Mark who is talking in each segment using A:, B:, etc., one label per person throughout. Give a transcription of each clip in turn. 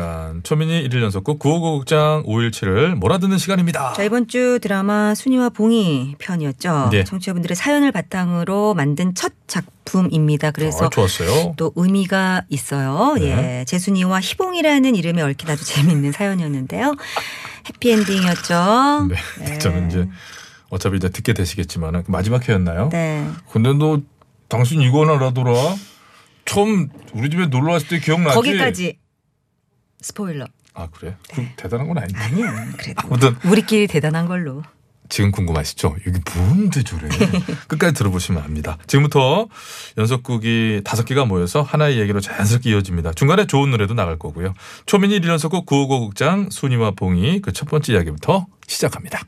A: 시간. 초민이 일일 연속극 959 극장 517을 몰아듣는 시간입니다.
B: 자, 이번 주 드라마 순이와 봉이 편이었죠.
A: 네.
B: 청취자분들의 사연을 바탕으로 만든 첫 작품입니다. 그래서
A: 아, 좋았어요.
B: 또 의미가 있어요.
A: 네.
B: 예. 재순이와 희봉이라는 이름이 얽힌 아주 재밌는 사연이었는데요. 해피엔딩이었죠.
A: 네. 저는 이제 어차피 이제 듣게 되시겠지만 그 마지막 회였나요?
B: 네.
A: 근데 너 당신 이거나 라더라. 처음 우리 집에 놀러 왔을 때 기억나지?
B: 거기까지 스포일러.
A: 아 그래? 그 대단한 건 아닌데.
B: 아니야. 그래도
A: 아무튼
B: 우리끼리 대단한 걸로.
A: 지금 궁금하시죠? 이게 뭔데 저래? 끝까지 들어보시면 압니다. 지금부터 연속극이 다섯 개가 모여서 하나의 얘기로 자연스럽게 이어집니다. 중간에 좋은 노래도 나갈 거고요. 초민이 1연속극 955 극장 순이와 봉이 그 첫 번째 이야기부터 시작합니다.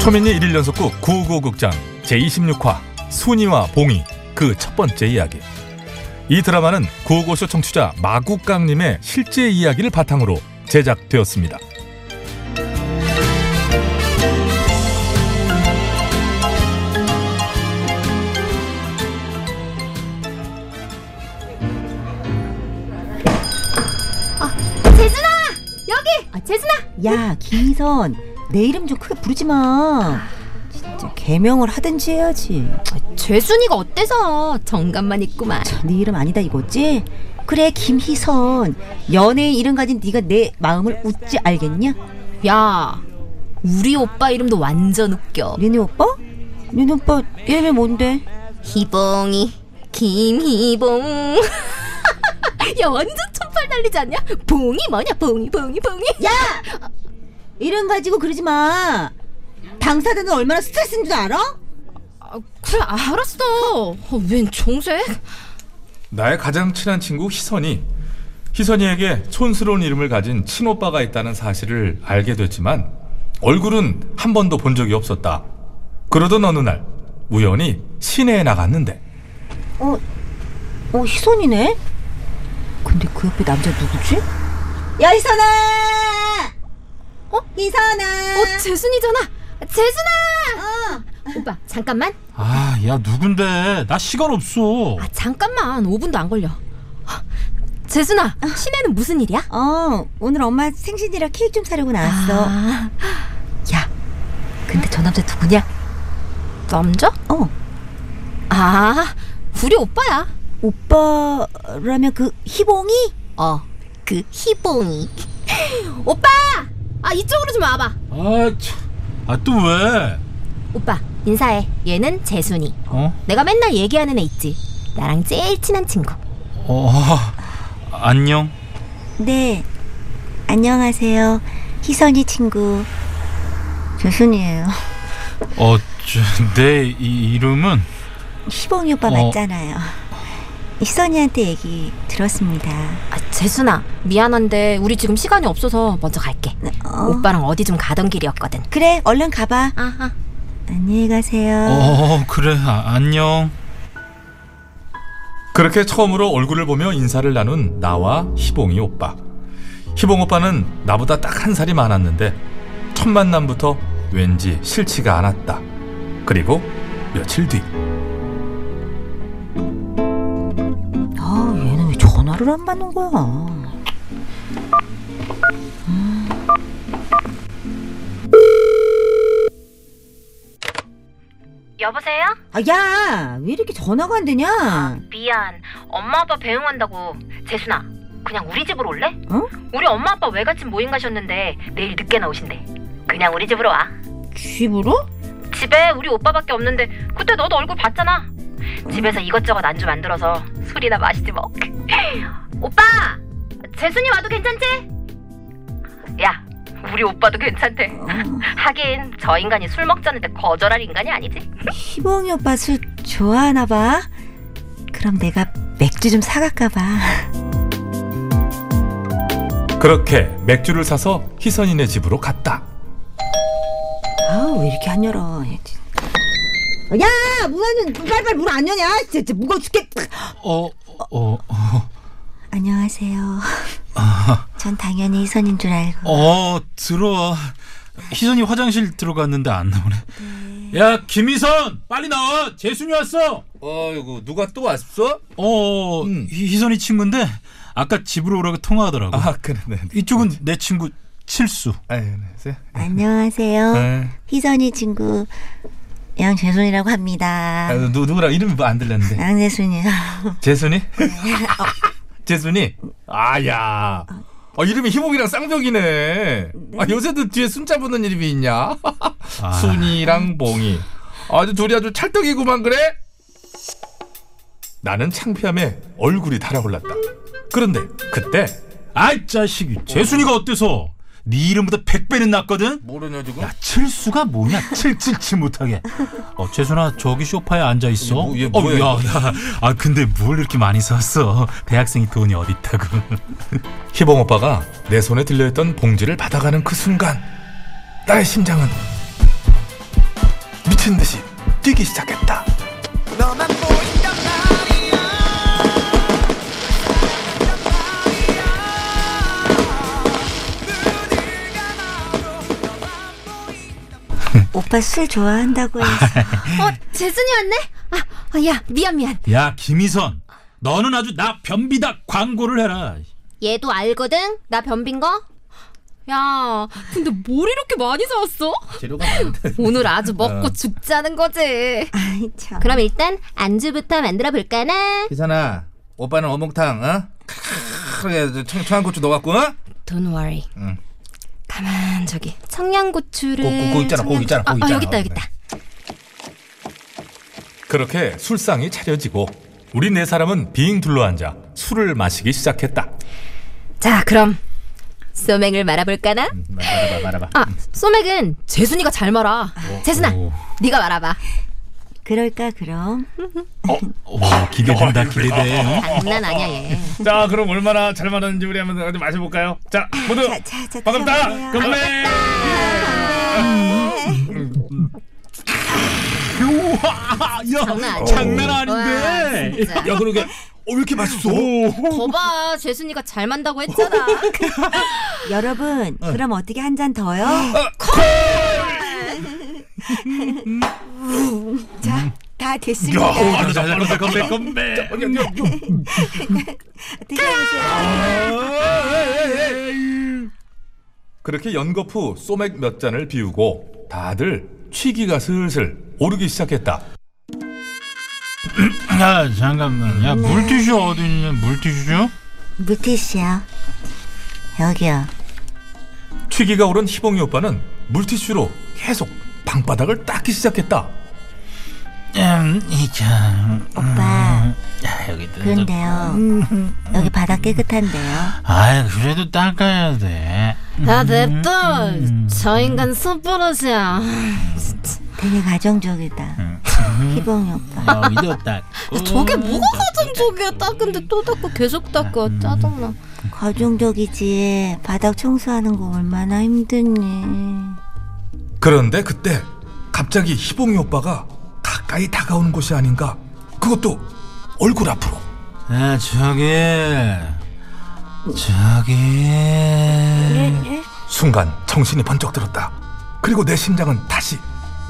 A: 초민이 1일 연속극 955극장 제26화 순이와 봉이 그 첫 번째 이야기 이 드라마는 955쇼 청취자 마국강님의 실제 이야기를 바탕으로 제작되었습니다.
C: 재준아 여기 아, 재준아
B: 야, 김희선. 내 이름 좀 크게 부르지 마. 진짜 개명을 하든지 해야지.
C: 아, 재준이가 어때서 정감만 있구만
B: 네 이름 아니다 이거지? 그래 김희선 연예인 이름 가진 네가 내 마음을 웃지 알겠냐?
C: 야 우리 오빠 이름도 완전 웃겨
B: 니네 오빠? 니네 오빠 얘네 뭔데?
C: 희봉이 김희봉 야 완전 촌팔 날리지 않냐 봉이 뭐냐 봉이 봉이 봉이 야
B: 이름 가지고 그러지 마 당사자는 얼마나 스트레스인 줄 알아?
C: 그래 알았어 어, 웬 정색
A: 나의 가장 친한 친구 희선이 희선이에게 촌스러운 이름을 가진 친오빠가 있다는 사실을 알게 됐지만 얼굴은 한 번도 본 적이 없었다. 그러던 어느 날 우연히 시내에 나갔는데
B: 어, 어 희선이네? 근데 그 옆에 남자 누구지? 야 희선아! 어? 희선아!
C: 어 재준이잖아 재준아
B: 어.
C: 오빠 잠깐만
D: 아, 야, 누군데? 나 시간 없어.
C: 아, 잠깐만 5분도 안 걸려 재준아 시내는 무슨 일이야
B: 어, 오늘 엄마 생신이라 케이크 좀 사려고 나왔어
C: 아,
B: 야 근데 저 남자 누구냐?
C: 남자?
B: 어
C: 아, 우리 오빠야.
B: 오빠라면 그 희봉이?
C: 어, 그 희봉이. 오빠! 아, 이쪽으로 좀 와봐.
D: 아, 참. 아, 또 왜?
C: 오빠, 인사해. 얘는 재순이.
D: 어?
C: 내가 맨날 얘기하는 애 있지. 나랑 제일 친한 친구.
D: 어, 안녕.
B: 네. 안녕하세요. 희선이 친구 조순이에요.
D: 어, 저, 내 이, 이름은?
B: 희봉이 오빠
D: 어.
B: 맞잖아요. 희선이한테 얘기 들었습니다.
C: 아, 재순아, 미안한데 우리 지금 시간이 없어서 먼저 갈게.
B: 어,
C: 오빠랑 네, 어디 좀 가던 길이었거든.
B: 그래, 얼른 가봐.
C: 아하.
B: 안녕히 가세요.
D: 어, 그래, 아, 안녕.
A: 그렇게 처음으로 얼굴을 보며 인사를 나눈 나와 희봉이 오빠. 희봉 오빠는 나보다 딱 한 살이 많았는데 첫 만남부터 왠지 싫지가 않았다. 그리고 며칠 뒤
B: 아, 얘는 왜 전화를 안 받는 거야? 음.
E: 여보세요?
B: 아, 야, 왜 이렇게 전화가 안 되냐?
E: 미안. 엄마 아빠 배웅한다고. 재순아, 그냥 우리 집으로 올래?
B: 어?
E: 우리 엄마 아빠 외갓집 모임 가셨는데 내일 늦게 나오신대. 그냥 우리 집으로 와.
B: 집으로?
E: 집에 우리 오빠밖에 없는데 그때 너도 얼굴 봤잖아. 집에서 이것저것 안주 만들어서 술이나 마시지 뭐. 오빠! 재순이 와도 괜찮지? 야, 우리 오빠도 괜찮대.
B: 어,
E: 하긴 저 인간이 술 먹자는데 거절할 인간이 아니지.
B: 희봉이 오빠 술 좋아하나 봐. 그럼 내가 맥주 좀 사갈까 봐.
A: 그렇게 맥주를 사서 희선이네 집으로 갔다.
B: 아우 왜 이렇게 안 열어 야 문안 열 빨빨 문안 여냐 진짜, 진짜 무거워 죽겠
D: 어, 어, 어.
B: 안녕하세요
F: 전 당연히 희선인 줄 알고.
D: 어 들어와. 희선이 화장실 들어갔는데 안 나오네. 야 김희선 빨리 나와. 재순이 왔어.
A: 어이구 누가 또 왔어?
D: 어
A: 음.
D: 희- 희선이 친구인데 아까 집으로 오라고 통화하더라고.
A: 아 그래 네.
D: 이쪽은 내 친구 칠수.
A: 아유 네.
F: 안녕하세요.
A: 네.
F: 희선이 친구 양재순이라고 합니다.
A: 아유, 누 누구랑 이름이 뭐안 들렸는데
F: 아, 양재순이.
A: 재순이?
F: 네. 어.
A: 재순이? 아야. 어 이름이 희복이랑 쌍벽이네. 아
F: 네.
A: 요새도 뒤에 순자 붙는 이름이 있냐? 순이랑 봉이. 아주 둘이 아주 찰떡이구만 그래? 나는 창피함에 얼굴이 달아올랐다. 그런데 그때
D: 아이 자식이 재순이가 어때서? 네 이름보다 백 배는 낫거든.
A: 모르냐 지금?
D: 야 칠수가 뭐냐? 칠칠칠 못하게. 어 재순아 저기 소파에 앉아 있어.
A: 뭐, 얘 뭐야,
D: 어, 야, 나, 아 근데 뭘 이렇게 많이 샀어? 대학생이 돈이 어딨다고.
A: 희봉 오빠가 내 손에 들려있던 봉지를 받아가는 그 순간 나의 심장은 미친 듯이 뛰기 시작했다.
F: 오빠 술 좋아한다고 해서.
C: 어, 재순이 왔네? 아, 아, 야, 미안, 미안.
D: 야 김희선, 너는 아주 나 변비다 광고를 해라.
C: 얘도 알거든? 나 변빈 거? 야, 근데 뭘 이렇게 많이 사왔어?
A: 재료가 어.
C: 오늘 아주 먹고 죽자는 거지.
F: 아이 참.
C: 그럼 일단 안주부터 만들어 볼까나?
A: 기선아, 오빠는 어묵탕, 어? 크게 청, 청양고추 넣어갖고, 어?
C: Don't worry.
A: 응.
C: 가만 저기 청양고추를
A: 고- 고- 고 있잖아, 고
C: 청양-
A: 있잖아, 고
C: 아,
A: 있잖아.
C: 아, 여기 있다 여기
A: 네.
C: 있다.
A: 그렇게 술상이 차려지고 우리 네 사람은 빙 둘러앉아 술을 마시기 시작했다.
C: 자 그럼 소맥을 말아볼까나?
A: 음, 말아봐, 말아봐. 어,
C: 아 소맥은 재순이가 잘 말아. 재순아,
D: 오.
C: 네가 말아봐.
F: 그럴까 그럼.
D: 와 기대된다 기대돼.
C: 장난 아니야 얘.
G: 자 그럼 얼마나 잘 말하는지 우리 한번 같이 마셔볼까요? 자 모두
F: 자, 자, 자,
G: 반갑다
F: 들어보세요. 아,
G: 건배
D: 우와,
C: 장난
D: 야
C: 아니야.
D: 장난
C: 와,
D: 아닌데.
C: 진짜.
A: 그러게, 어, 왜 이렇게 맛있어?
C: 거봐 재순이가 잘 만다고 했잖아.
F: 여러분, 그럼 어떻게 한 잔 더요? 자, 다 됐습니다.
D: 아, 잘 만든다, 건배,
G: 건배
F: 드셔보세요.
A: 그렇게 연거푸 소맥 몇 잔을 비우고 다들 취기가 슬슬 오르기 시작했다.
D: 야 잠깐만. 야 물티슈 어디 있냐? 물티슈?
F: 물티슈요. 여기요.
A: 취기가 오른 희봉이 오빠는 물티슈로 계속 방바닥을 닦기 시작했다.
D: 음, 이참.
F: 오빠,
D: 야 여기
F: 그런데요. 여기 바닥 깨끗한데요.
D: 아 그래도 네. 닦아야 돼.
C: 아 냅둬. 저 인간 손버릇이야.
F: 되게 가정적이다. 희봉이 오빠.
D: 여기도 닦고.
C: 아, 저게 뭐가 가장 저게 닦은데 또 닦고 계속 닦아 짜증나.
F: 가정적이지. 바닥 청소하는 거 얼마나 힘드니.
A: 그런데 그때 갑자기 희봉이 오빠가 가까이 다가오는 것이 아닌가. 그것도 얼굴 앞으로.
D: 아 저기 저기
A: 순간 정신이 번쩍 들었다. 그리고 내 심장은 다시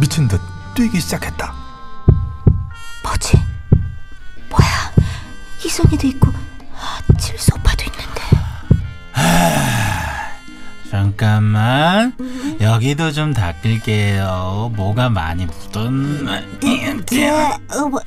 A: 미친 듯 뛰기 시작했다.
F: 뭐지? 뭐야? 희성이도 있고 아, 칠수 오빠도 있는데
D: 잠깐만 여기도 좀 닦을게요 뭐가 많이 묻었나
F: 어, 뭐,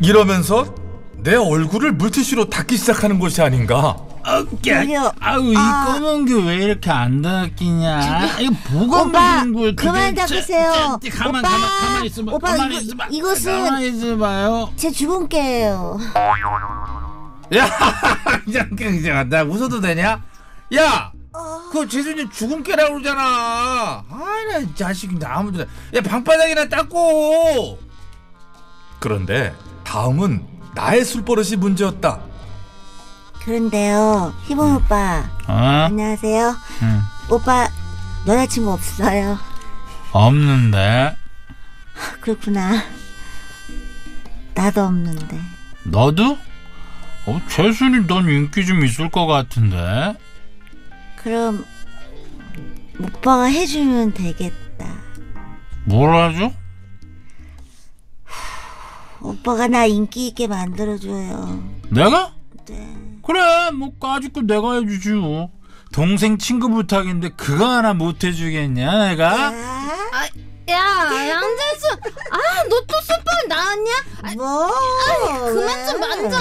A: 이러면서 내 얼굴을 물티슈로 닦기 시작하는 것이 아닌가.
F: 저기요
D: 아우 이 검은 게 왜 이렇게 안 닦이냐 이거 뭐가
F: 오빠
D: 묻은 거야
F: 그만
D: 도대체?
F: 닦으세요
D: 가만
F: 오빠
D: 가만 가만 있어봐
F: 오빠
D: 가만
F: 이거,
D: 있어봐 가만
F: 이것은
D: 있어봐요
F: 제 주근깨예요
A: 나 웃어도 되냐? 야! 그거 재준이 죽음깨라고 그러잖아. 아나 자식이 나 아무도 야 방바닥이나 닦고. 그런데 다음은 나의 술버릇이 문제였다.
F: 그런데요 희봉 오빠
D: 음. 어?
F: 안녕하세요
D: 음.
F: 오빠 여자친구 없어요
D: 없는데
F: 그렇구나 나도 없는데
D: 너도? 어, 재순이 넌 인기 좀 있을 것 같은데
B: 그럼 오빠가 해주면 되겠다.
D: 뭘 하죠?
B: 오빠가 나 인기 있게 만들어줘요.
D: 내가?
B: 네.
D: 그래 뭐 까짓거 내가 해주지 뭐 동생 친구 부탁인데 그거 하나 못 해주겠냐
F: 네.
D: 내가?
B: 아,
C: 야 양재수 아너 또 숯불 나왔냐?
B: 뭐?
C: 그만 좀 만져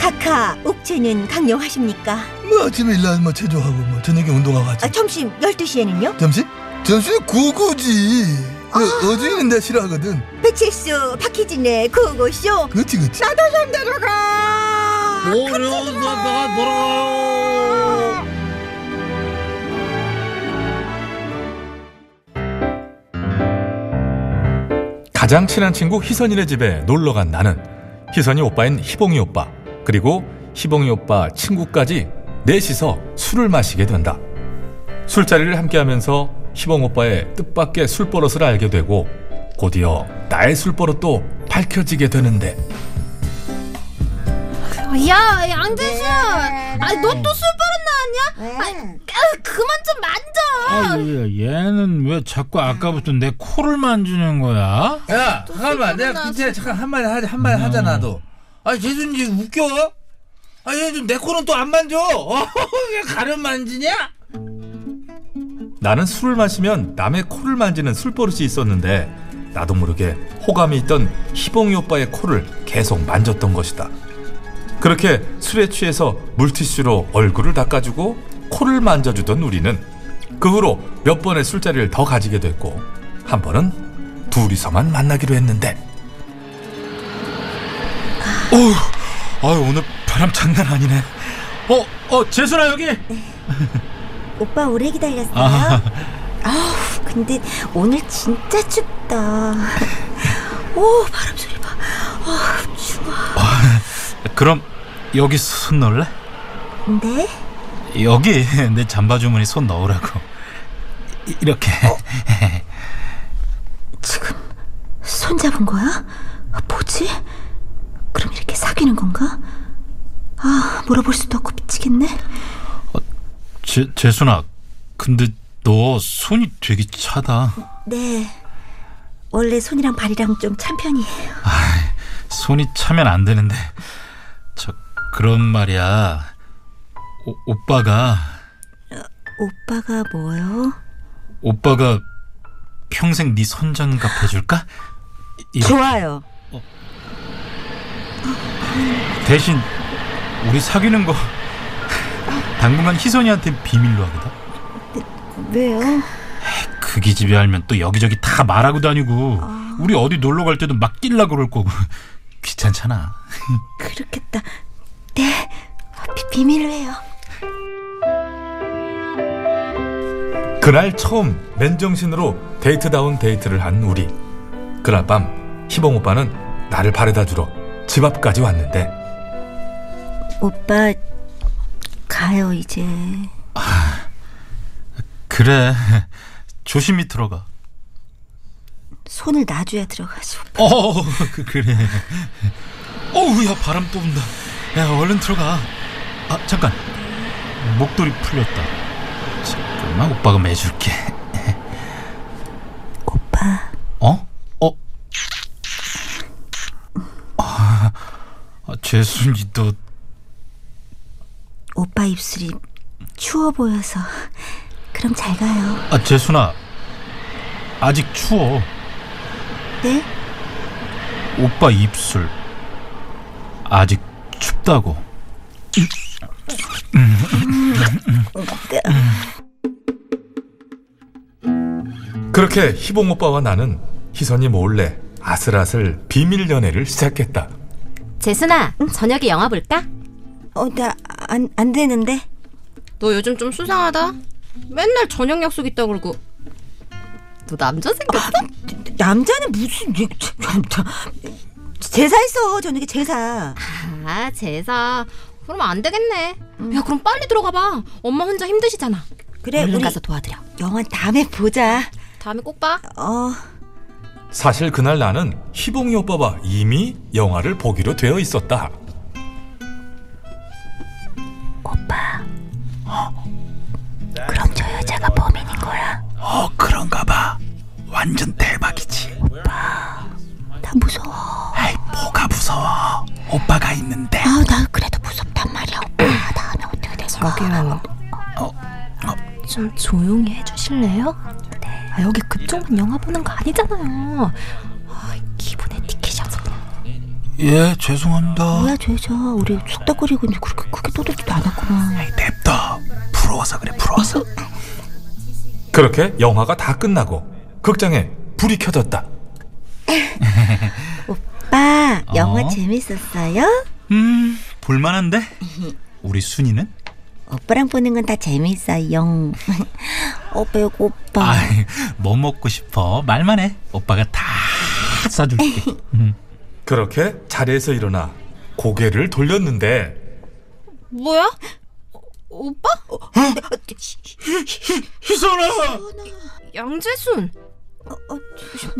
F: 카카 옥체는 강령하십니까?
H: 뭐 아침에 일하는 뭐 체조하고 뭐 저녁에 운동하고 하지
F: 아, 점심 12시에는요? 아,
H: 점심? 점심이 구구지 어, 어중이는 내가 싫어하거든
F: 배칠수 박희진의 구호쇼
H: 그렇지 그렇지
F: 나도 좀 데려가
D: 어, 너가 돌아.
A: 가장 친한 친구 희선이네 집에 놀러 간 나는 희선이 오빠인 희봉이 오빠 그리고 희봉이 오빠 친구까지 넷이서 술을 마시게 된다. 술자리를 함께하면서 희봉 오빠의 뜻밖의 술버릇을 알게 되고 곧이어 나의 술버릇도 밝혀지게 되는데
C: 야 양재수 아너 또 숯불은 나왔냐? 아, 그만 좀 만져
D: 아유, 얘는 왜 자꾸 아까부터 내 코를 만지는 거야?
H: 야 잠깐만 내가 진짜 잠깐 한마디 하자 한마디
A: 음.
H: 하자 나도 아 재준 이 웃겨 아얘좀내 코는 또 안 만져 어, 왜 가려 만지냐
A: 나는 술을 마시면 남의 코를 만지는 술버릇이 있었는데 나도 모르게 호감이 있던 희봉이 오빠의 코를 계속 만졌던 것이다. 그렇게 술에 취해서 물티슈로 얼굴을 닦아주고 코를 만져주던 우리는 그 후로 몇 번의 술자리를 더 가지게 됐고 한 번은 둘이서만 만나기로 했는데
D: 아유, 오늘 바람 장난 아니네. 어, 어, 재순아 여기.
F: 오빠 오래 기다렸어요?
D: 아.
F: 아. 우 근데 오늘 진짜 춥다 오 바람 소리 봐 아, 추워
D: 그럼 여기 손 넣을래?
F: 근데
D: 여기 내 잠바 주머니 손 넣으라고. 이- 이렇게.
F: 지금 손 잡은 거야? 아, 뭐지? 그럼 이렇게 사귀는 건가? 아 물어볼 수도 없고 미치겠네
D: 재 재순아, 근데 너 손이 되게 차다.
F: 네 원래 손이랑 발이랑 좀 찬 편이에요
D: 손이 차면 안 되는데. 저 그런 말이야. 오, 오빠가
F: 오빠가 뭐요?
D: 오빠가 평생 네 손장갑 해줄까? 이-
B: 좋아요.
D: 대신 우리 사귀는 거 당분간 희선이한테 비밀로 하겠다.
F: 왜요?
D: 그 기집애 알면 또 여기저기 다 말하고 다니고
F: 아.
D: 우리 어디 놀러 갈 때도 막 뛸라 그럴 거고 귀찮잖아.
F: 그렇겠다 네 비- 비밀로 해요
A: 그날 처음 맨정신으로 데이트다운 데이트를 한 우리. 그날 밤 희봉 오빠는 나를 바래다 주러 집 앞까지 왔는데
B: 오빠 가요 이제.
D: 그래 조심히 들어가.
B: 손을 놔줘야 들어가지.
D: 어 그, 그래. 어우야 바람 또 분다. 야 얼른 들어가. 아 잠깐 목도리 풀렸다. 잠깐만 오빠가 매줄게.
B: 오빠
D: 어? 어? 아, 아 재순이 너
B: 오빠 입술이 추워 보여서 그럼 잘 가요.
D: 아, 재순아. 아직 추워.
B: 네?
D: 오빠 입술. 아직 춥다고.
A: 그렇게 희봉 오빠와 나는 희선이 몰래 아슬아슬 비밀 연애를 시작했다.
C: 재순아 저녁에 영화 볼까?
B: 어나안안 되는데.
C: 너 요즘 좀 수상하다 맨날 저녁 약속 있다 그러고 너 남자 생겼어?
B: 남자는 무슨 이- 참, 참. 제사 있어 저녁에 제사.
C: 아 제사. 그럼 안 되겠네. 야 그럼 빨리 들어가 봐. 엄마 혼자 힘드시잖아.
B: 그래
C: 얼른
B: 우리
C: 가서 도와드려.
B: 영화 다음에 보자.
C: 다음에 꼭 봐.
B: 어.
A: 사실 그날 나는 희봉이 오빠와 이미 영화를 보기로 되어 있었다.
F: 그럼 저 여자가 범인인 거야.
D: 어 그런가 봐. 완전 대박이지.
F: 나 무서워.
D: 에이 뭐가 무서워. 오빠가 있는데.
F: 아, 나 그래도 무섭단 말이야. 오빠 나 하면 어떻게 될까? 어,
C: 좀 조용히 해주실래요? 네. 아, 여기 그쪽만 영화 보는 거 아니잖아요. 아, 기분에 티키셔서 그냥.
D: 예 죄송합니다.
F: 뭐야, 저 여자. 우리 숙닥거리고 있는데 그렇게 크게 떠들지도 않았구나.
D: 냅둬. 부러워서 그래 부러워서.
A: 그렇게 영화가 다 끝나고 극장에 불이 켜졌다.
B: 오빠 영화
D: 어?
B: 재밌었어요?
D: 음 볼만한데? 우리 순이는?
B: 오빠랑 보는 건 다 재밌어요. 어 배고파.
D: 아이 뭐 먹고 싶어? 말만 해. 오빠가 다 사줄게.
A: 그렇게 자리에서 일어나 고개를 돌렸는데
C: 뭐야? 어, 오빠?
D: 희선아.
C: 양재순.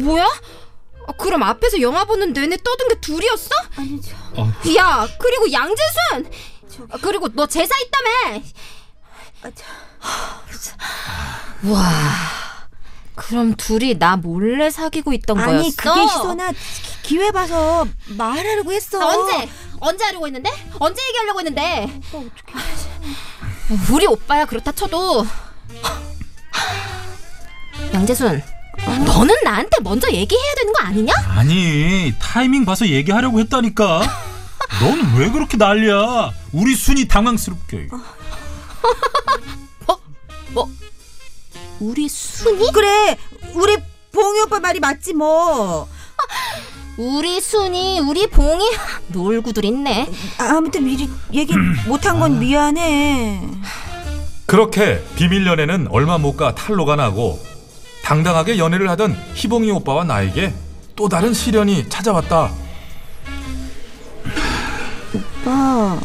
C: 뭐야? 아, 그럼 앞에서 영화 보는 내내 떠든 게 둘이었어?
F: 아니, 저.
C: 야, 그리고 양재순. 아, 그리고 너 제사 있다며.
F: 아, 저.
C: 와. 그럼 둘이 나 몰래 사귀고 있던 거였어?
B: 아니 그게 희선아 기- 기회 봐서 말하려고 했어.
C: 나 언제? 언제 하려고 했는데? 언제 얘기하려고 했는데? 우리 오빠야 그렇다 쳐도 양재순 너는 나한테 먼저 얘기해야 되는 거 아니냐?
D: 아니 타이밍 봐서 얘기하려고 했다니까. 넌 왜 그렇게 난리야? 우리 순이 당황스럽게.
C: 우리 순이?
B: 그래 우리 봉이 오빠 말이 맞지 뭐.
C: 우리 순이 우리 봉이 놀구들 있네
B: 아, 아무튼 미리 얘기 못한 건 미안해.
A: 그렇게 비밀 연애는 얼마 못 가 탈로가 나고 당당하게 연애를 하던 희봉이 오빠와 나에게 또 다른 시련이 찾아왔다.
H: 어,
B: 오빠 아,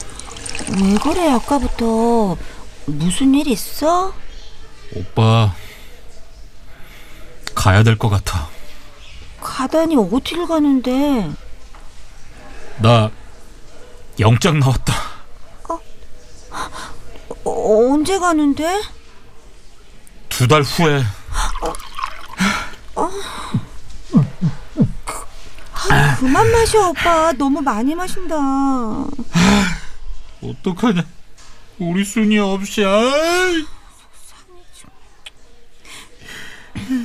B: 왜 그래 아까부터 무슨 일 있어?
D: 오빠 가야 될 것 같아.
B: 가다니 어딜 가는데?
D: 나 영장 나왔다.
B: 어, 언제 가는데?
D: 두 달 후에.
B: 그만 마셔 오빠 너무 많이 마신다.
D: 어떡하냐? 우리 순이 없이. 아이.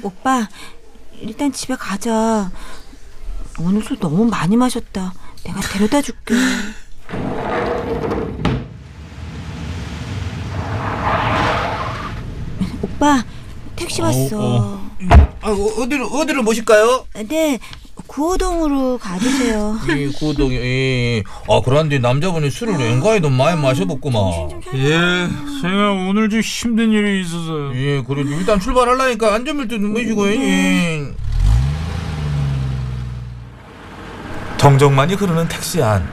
B: 오빠 일단 집에 가자. 오늘 술 너무 많이 마셨다. 내가 데려다 줄게. 오빠 택시 왔어.
D: 어.
H: 아, 어, 어디로 어디로 모실까요?
B: 네 구호동으로 가주세요.
H: 이 구동이. 이. 아 그런데 남자분이 술을 왠가에도 많이 마셔봤구만.
D: 예, 제가 오늘 좀 힘든 일이 있어서요.
H: 예, 그래도 일단 출발하려니까 안전벨트 누르시고. 예.
A: 정적만이 흐르는 택시 안.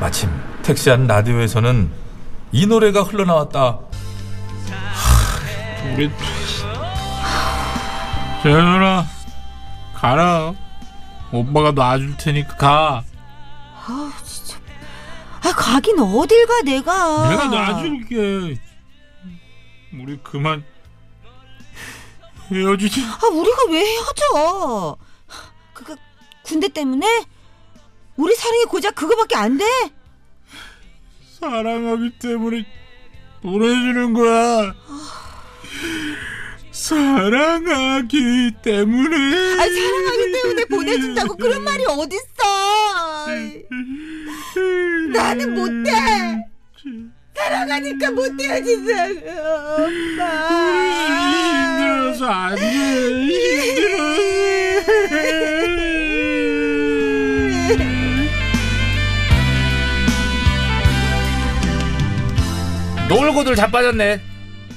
A: 마침 택시 안 라디오에서는 이 노래가 흘러나왔다.
D: 우리 재현아 가라. 오빠가 놔줄 테니까 가.
B: 아 가긴 어딜 가 내가.
D: 내가 놔줄게. 우리 그만 헤어지자.
B: 아 우리가 왜 헤어져? 그거 군대 때문에 우리 사랑이 고작 그거밖에 안 돼?
D: 사랑하기 때문에 보내주는 거야. 사랑하기 때문에.
B: 아니 사랑하기 때문에 보내준다고 그런 말이 어딨어? 나는 못해. 사랑하니까 못 헤어지잖아.
D: 힘들어서 안 돼. 힘들어.
H: 놀고들 자빠졌네.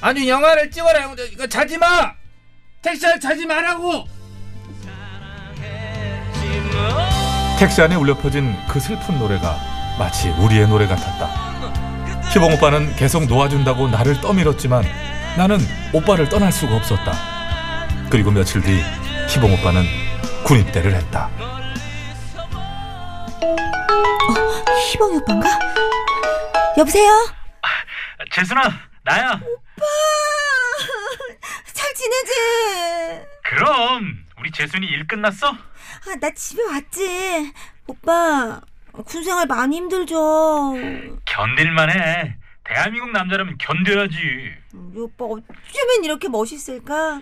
H: 아니 영화를 찍어라. 형. 이거 자지 마. 택시를 타지 말라고.
A: 택시 안에 울려 퍼진 그 슬픈 노래가 마치 우리의 노래 같았다. 희봉 오빠는 계속 놓아준다고 나를 떠밀었지만 나는 오빠를 떠날 수가 없었다. 그리고 며칠 뒤 희봉 오빠는 군입대를 했다.
F: 희봉이 오빠인가? 여보세요?
I: 재순아 나야
F: 잘 지내지?
I: 그럼 우리 재순이 일 끝났어?
F: 아, 나 집에 왔지. 오빠, 군생활 많이 힘들죠.
I: 견딜만해 대한민국 남자라면 견뎌야지
F: 우리 오빠 어쩌면 이렇게 멋있을까?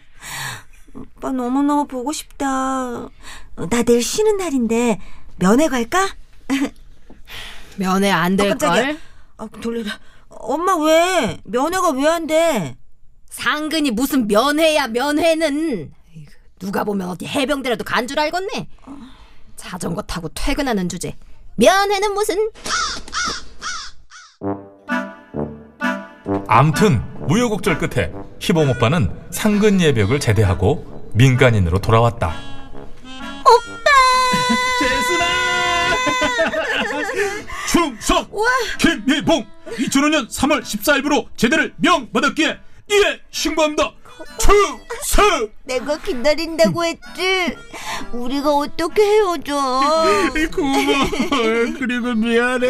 F: 오빠 너무너무 보고 싶다. 나 내일 쉬는 날인데 면회 갈까?
C: 면회 안
F: 어, 깜짝이야.
C: 될걸.
F: 아, 돌려라. 어? 엄마 왜? 면회가 왜 안 돼?
C: 상근이 무슨 면회야 면회는 아이고, 누가 보면 어디 해병대라도 간 줄 알겠네 자전거 타고 퇴근하는 주제 면회는 무슨
A: 암튼 무효곡절 끝에 희봉 오빠는 상근 예벽을 제대하고 민간인으로 돌아왔다.
D: 충성 김희봉 2005년 3월 14일부로 제대를 명받았기에 이에 신고합니다. 충성
F: 내가 기다린다고 했지. 우리가 어떻게 헤어져? 아,
D: 고마워 그리고 미안해.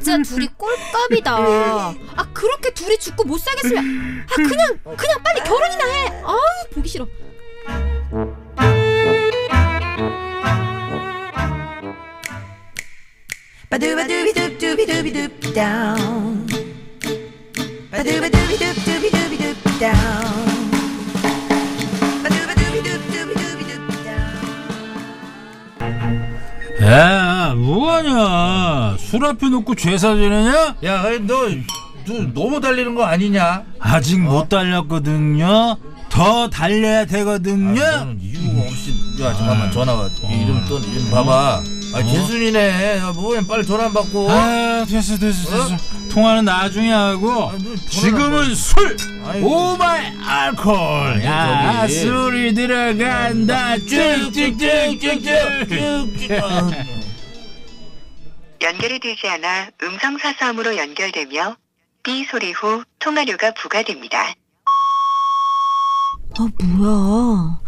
C: 진짜 둘이 꼴값이다 아 그렇게 둘이 죽고 못 살겠으면 아 그냥 그냥 빨리 결혼이나 해 아우 보기 싫어
J: 바두바두비둡두비두비둡 down. 바두바두비둡두비두비둡 down. 바두바두비둡두비두비둡 down.
D: 야, 뭐하냐? 술 앞에 놓고 죄사 지느냐?
H: 야, 아니, 너, 너 너무 달리는 거 아니냐?
D: 아직 못 달렸거든요. 더 달려야 되거든요.
H: 너는 이유 없이 야 잠깐만 전화 와 이름 또 이름 봐봐. 아 재순이네. 야, 뭐야 빨리 전화 안 받고.
D: 아, 됐어, 됐어, 됐어. 통화는 나중에 하고.
H: 아, 너 전화
D: 지금은 술.
H: 아이고.
D: 오마이 알콜. 야,
H: 저기. 아, 뭐.
D: 술이 들어간다. 쭉쭉쭉쭉쭉.
J: 연결이 되지 않아 음성사서함으로 연결되며 B 소리 후 통화료가 부과됩니다.
B: 아 뭐야?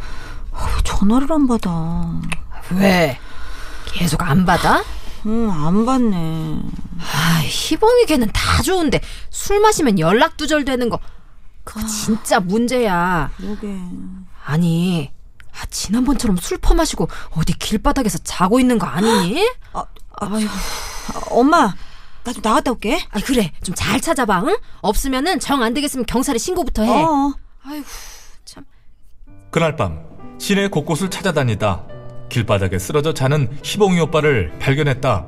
B: 아, 왜 전화를 안 받아?
C: 왜 계속 안 받아?
B: 응, 안 받네.
C: 아 희봉이 걔는 다 좋은데 술 마시면 연락 두절되는 거 그거 진짜 문제야
B: 그러게.
C: 아니, 아, 지난번처럼 술 퍼마시고 어디 길바닥에서 자고 있는 거 아니니?
B: 아, 엄마, 나 좀 나갔다 올게.
C: 아, 그래, 좀 잘 찾아봐, 응? 없으면은 정 안 되겠으면 경찰에 신고부터 해.
B: 어.
C: 아이고, 참.
A: 그날 밤 시내 곳곳을 찾아다니다 길바닥에 쓰러져 자는 희봉이 오빠를 발견했다.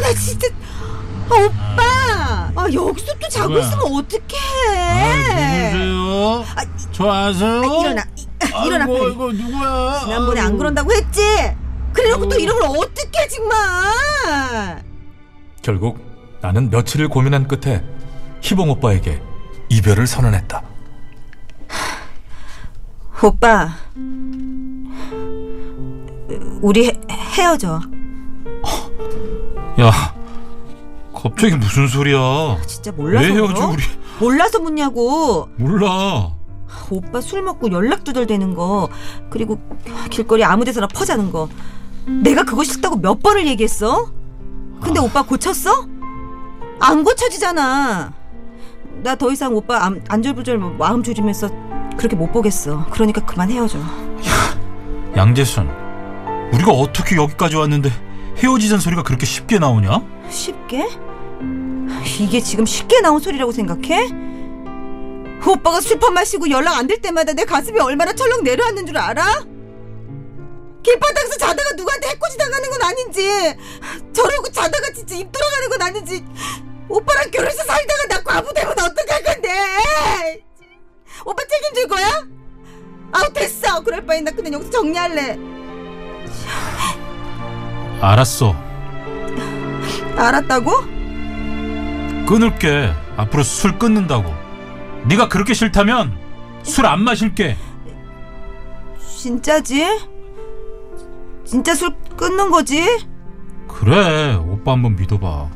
F: 나 진짜 아, 오빠. 아, 여기서 또 자고
D: 뭐야?
F: 있으면 어떡해?
D: 아,
F: 아,
D: 누구세요? 저 아세요?
F: 일어나. 아, 일어나
D: 아이고,
F: 빨리.
D: 이거 누구야?
F: 지난번에 안 그런다고 했지. 그래놓고
B: 음.
F: 또 이러면 어떡해 정말.
A: 결국 나는 며칠을 고민한 끝에 희봉 오빠에게 이별을 선언했다.
B: 오빠, 우리 헤, 헤어져.
D: 야, 갑자기 무슨 소리야?
B: 진짜 몰라서 그러? 몰라서 묻냐고.
D: 몰라.
B: 오빠 술 먹고 연락 두절되는 거, 그리고 길거리 아무데서나 퍼자는 거. 내가 그거 싫다고 몇 번을 얘기했어? 근데 오빠 고쳤어? 안 고쳐지잖아. 나 더 이상 오빠 암- 안절부절 뭐 마음 조심해서 그렇게 못 보겠어. 그러니까 그만 헤어져.
D: 양재순, 우리가 어떻게 여기까지 왔는데 헤어지자는 소리가 그렇게 쉽게 나오냐?
B: 쉽게? 이게 지금 쉽게 나온 소리라고 생각해? 오빠가 술판 마시고 연락 안 될 때마다 내 가슴이 얼마나 철렁 내려앉는 줄 알아? 길바닥에서 자다가 누구한테 해코지 당하는 건 아닌지 저러고 자다가 진짜 입 돌아가는 건 아닌지 오빠랑 결혼해서 살다가 나 과부 되면 어떡할 건데 오빠 책임질 거야? 아우 됐어 그럴 바엔 나 그냥 여기서 정리할래
D: 알았어.
B: 알았다고?
D: 끊을게. 앞으로 술 끊는다고. 네가 그렇게 싫다면 술 안 마실게.
B: 진짜지? 진짜 술 끊는 거지?
D: 그래 오빠 한번 믿어봐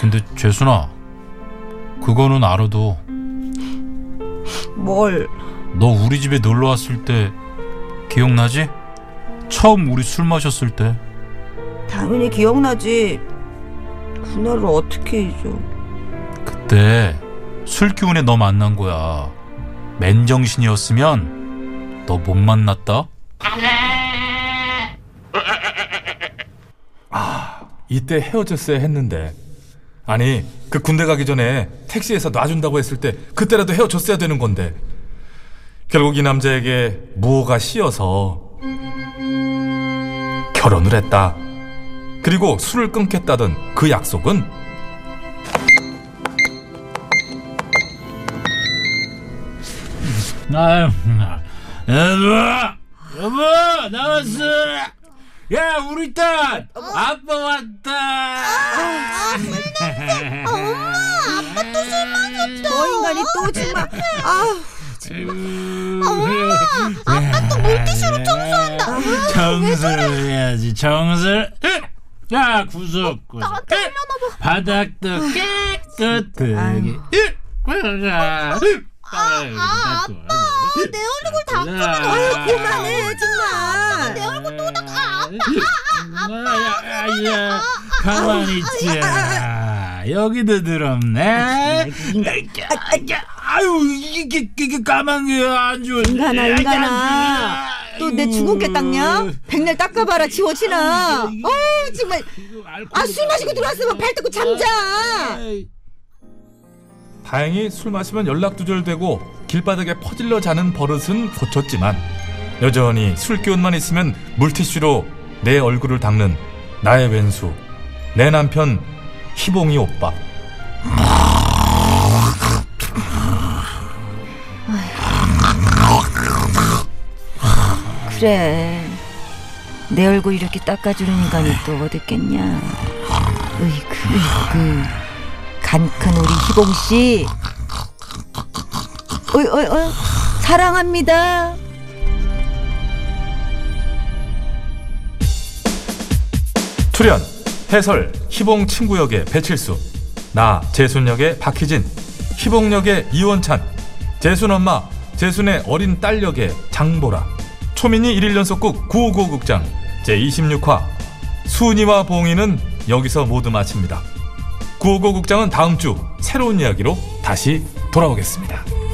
D: 근데 재순아 그거는 알아도
B: 뭘?
D: 너 우리 집에 놀러 왔을 때 기억나지? 처음 우리 술 마셨을 때
B: 당연히 기억나지. 그날을 어떻게 잊어?
D: 그때 네, 술 기운에 너 만난 거야 맨정신이었으면 너 못 만났다
A: 이때 헤어졌어야 했는데 아니 그 군대 가기 전에 택시에서 놔준다고 했을 때 그때라도 헤어졌어야 되는 건데 결국 이 남자에게 무호가 씌어서 결혼을 했다 그리고 술을 끊겠다던 그 약속은
D: 아유, 여보, 여보, 나왔어. 야, 우리 딸, 아빠 왔다.
B: 저 인간이 또 정말 아
D: 물티슈로 아, 청소한다. 청소를 해야지, 청소를. 야, 구석구석. 바닥도 깨끗하게. 아, 아빠, 내 얼굴 닦으면
B: 그만해 정말.
D: 아야, 가만히 있지. 여기도 더럽네. 아유, 이게, 이게 까만 게 안 좋은.
B: 인간아 인간아. 또 내 주근깨 닦냐?
D: 음.
B: 백날 닦아봐라 지워지나. 어 정말 아 술 마시고 들어왔으면 발 뜯고 잠자.
A: 다행히 술 마시면 연락 두절되고 길바닥에 퍼질러 자는 버릇은 고쳤지만 여전히 술 기운만 있으면 물티슈로 내 얼굴을 닦는 나의 왼수 내 남편 희봉이 오빠
B: 그래. 내 얼굴 이렇게 닦아주는 인간이 또 어딨겠냐. 으이그, 으이그. 간큰 우리 희봉씨. 어이, 어이, 어이. 사랑합니다.
A: 출연 해설 희봉 친구 역의 배칠수 나 재순 역의 박희진 희봉 역의 이원찬 재순 엄마 재순의 어린 딸 역의 장보라 초민이 일일 연속극 959 극장 제26화 순이와 봉이는 여기서 모두 마칩니다. 959 극장은 다음 주 새로운 이야기로 다시 돌아오겠습니다.